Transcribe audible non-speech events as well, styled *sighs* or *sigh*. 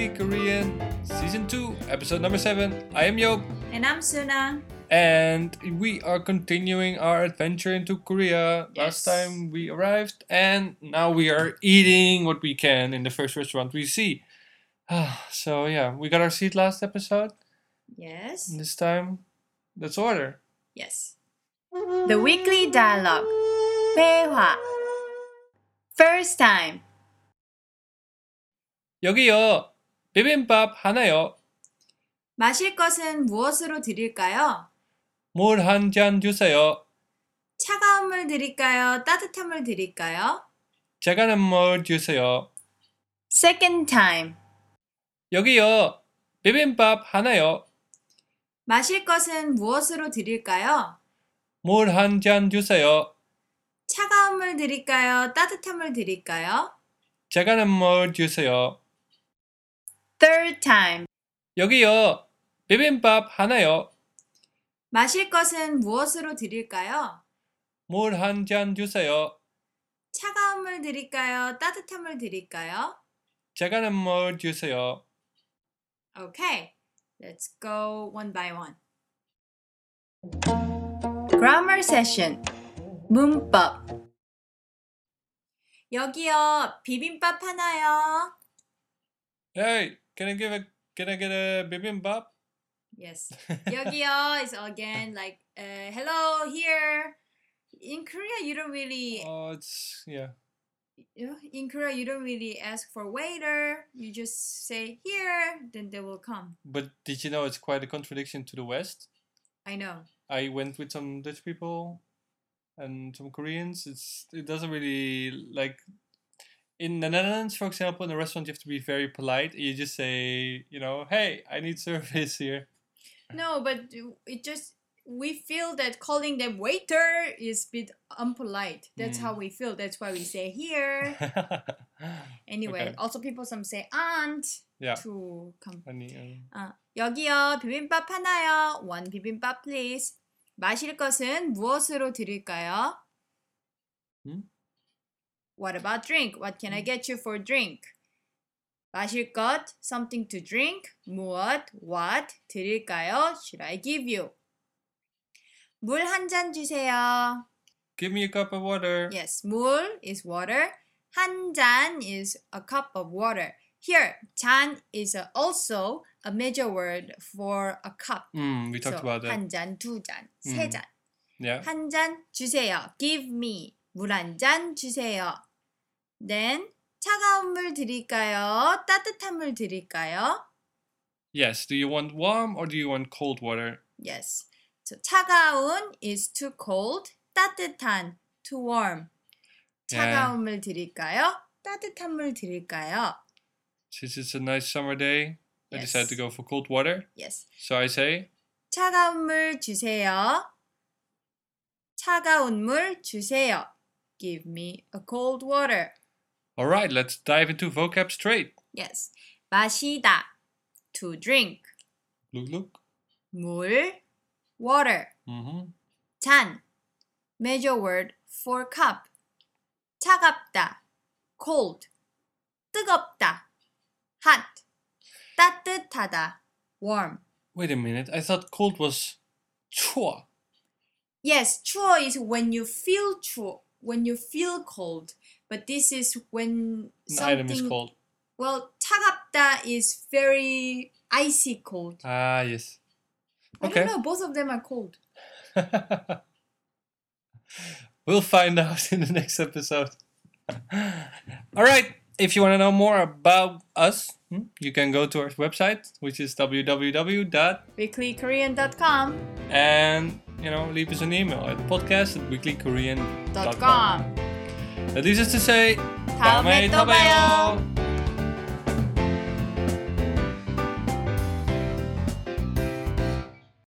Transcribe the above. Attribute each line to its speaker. Speaker 1: Kitchen, Season 2, Episode Number 7. I am Joop,
Speaker 2: And I'm Suna.
Speaker 1: and we are continuing our adventure into Korea. Last
Speaker 2: Yes.
Speaker 1: time we arrived, and now we are eating what we can in the first restaurant we see. Ah, so, yeah, we got our seat last episode.
Speaker 2: Yes.
Speaker 1: and This time, let's order.
Speaker 2: Yes. The weekly dialogue. 대화. First time.
Speaker 1: 여기요, 비빔밥 하나요.
Speaker 2: 마실 것은 무엇으로 드릴까요?
Speaker 1: 물 한 잔 주세요.
Speaker 2: 차가운 물 드릴까요? 따뜻한 물 드릴까요?
Speaker 1: 작은 물 주세요.
Speaker 2: Second time.
Speaker 1: 여기요, 비빔밥 하나요.
Speaker 2: 마실 것은 무엇으로 드릴까요?
Speaker 1: 물 한 잔 주세요.
Speaker 2: 차가운 물 드릴까요? 따뜻한 물 드릴까요?
Speaker 1: 작은 물 주세요.
Speaker 2: Third time.
Speaker 1: 여기요. 비빔밥 하나요.
Speaker 2: 마실 것은 무엇으로 드릴까요?
Speaker 1: 물 한 잔 주세요.
Speaker 2: 차가운 물 드릴까요? 따뜻한 물 드릴까요?
Speaker 1: 작은 물 주세요.
Speaker 2: Okay, let's go one by one. Grammar session. 문법. 여기요. 비빔밥 하나요.
Speaker 1: Hey, can I give a can I get a bibimbap?
Speaker 2: Yes. 여기요 is again like uh, hello here. In Korea, you don't really
Speaker 1: Oh, it's yeah.
Speaker 2: you know, in Korea you don't really ask for waiter. You just say here, then they will come.
Speaker 1: But did you know it's quite a contradiction to the West?
Speaker 2: I know.
Speaker 1: I went with some Dutch people and some Koreans. It's it doesn't really like in the Netherlands, for example, in a restaurant you have to be very polite. You just say, you know, hey, I need service here. *laughs*
Speaker 2: No, but it just we feel that calling them waiter is a bit unpolite. That's
Speaker 1: Mm.
Speaker 2: how we feel. That's why we
Speaker 1: *sighs*
Speaker 2: say here. Anyway,
Speaker 1: Okay.
Speaker 2: also people some say aunt
Speaker 1: yeah.
Speaker 2: to come.
Speaker 1: I need, um,
Speaker 2: 아, 여기요 비빔밥 하나요. 원 비빔밥 please. 마실 것은 무엇으로 드릴까요?
Speaker 1: 음?
Speaker 2: What about drink? What can I get you for drink? 마실 것, something to drink, 무엇, what 드릴까요? Should I give you? 물 한 잔 주세요.
Speaker 1: Give me a cup of water.
Speaker 2: Yes, 물 is water. 한 잔 is a cup of water. Here, 잔 is a- also a measure word for a cup.
Speaker 1: Mm, we talked about that.
Speaker 2: 한 잔, 두 잔, 세
Speaker 1: 음.
Speaker 2: 잔.
Speaker 1: yeah.
Speaker 2: 한 잔 주세요. Give me. 물 한 잔 주세요. Then 차가운 물 드릴까요? 따뜻한 물 드릴까요?
Speaker 1: Yes. Do you want warm or do you want cold water?
Speaker 2: Yes. So, 차가운 is too cold. 따뜻한 too warm.
Speaker 1: 네.
Speaker 2: 차가운 물 드릴까요? 따뜻한 물 드릴까요?
Speaker 1: Since it's a nice summer day, I decided to
Speaker 2: Yes.
Speaker 1: go for cold water.
Speaker 2: Yes.
Speaker 1: So I say,
Speaker 2: 차가운 물 주세요. 차가운 물 주세요. Give me a cold water.
Speaker 1: all right, let's dive into vocab straight.
Speaker 2: Yes. 마시다. To drink.
Speaker 1: Look, look.
Speaker 2: 물. Water.
Speaker 1: Mm-hmm.
Speaker 2: 잔. Measure word for cup. 차갑다. Cold. 뜨겁다. Hot. 따뜻하다. Warm.
Speaker 1: Wait a minute. I thought cold was chua.
Speaker 2: Yes, 추워 is when you feel 추워, when you feel cold. But this is
Speaker 1: An
Speaker 2: when something.
Speaker 1: item is cold.
Speaker 2: Well, 차갑다 is very icy cold.
Speaker 1: Ah, yes.
Speaker 2: I
Speaker 1: Okay.
Speaker 2: don't know. Both of them are cold.
Speaker 1: *laughs* we'll find out in the next episode. *laughs* All right. If you want to know more about us, hmm, you can go to our website, which is www. dot
Speaker 2: WeeklyKorean.com.
Speaker 1: And, you know, leave us an email at podcast at weeklykorean.com.
Speaker 2: Dot com.
Speaker 1: That leaves us to say,
Speaker 2: 다음에 또 봐요.